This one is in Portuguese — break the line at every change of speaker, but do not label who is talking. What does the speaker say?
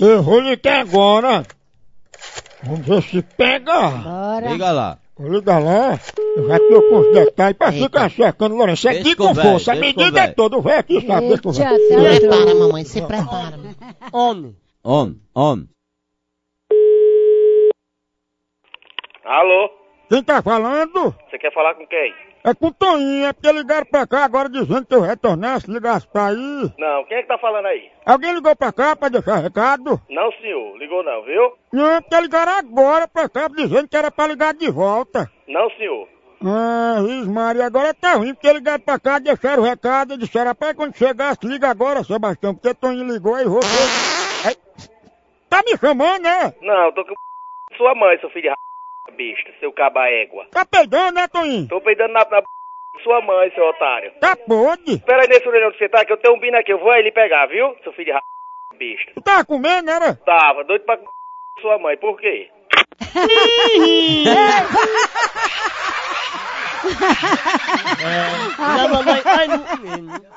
Eu vou ligar agora. Vamos ver se pega.
Bora.
Liga lá.
Vou ligar lá. Eu já tô com os detalhes pra
Eita.
ficar cercando, Lourenço. É
Deixa
aqui
com o
com
velho,
força. A
deixa com o
medida é
velho.
toda. O velho aqui sabe. deixa o velho.
Eita,
Prepara,
doido.
mamãe, se prepara. mamãe.
Homem.
On, on.
Alô?
Quem tá falando
Você quer falar com quem?
é com o Toninho. É porque ligaram pra cá agora dizendo que eu retornasse, ligasse pra aí.
Não, quem é que tá falando aí?
Alguém ligou pra cá pra deixar recado?
Não, senhor. Ligou não, viu?
Não, porque ligaram agora pra cá dizendo que era pra ligar de volta.
Não, senhor.
Ah, Ismaria, agora tá ruim, porque ligaram pra cá, deixaram o recado, e disseram, rapaz, quando chegasse, liga agora, Sebastião, porque Toninho ligou aí você. Ai, tá me chamando, né?
Não, eu tô com sua mãe, seu filho de ra- besta, seu caba égua.
Tá peidando, né, Toninho?
Tô peidando na, na sua mãe, seu otário.
Tá podre.
Espera aí nesse orelhão que você tá, que eu tenho um bino aqui. Eu vou aí lhe pegar, viu? Seu filho de ra- besta.
Tu tava comendo, era?
Tava doido pra sua mãe. Por quê?
Já mamãe. Ai, não.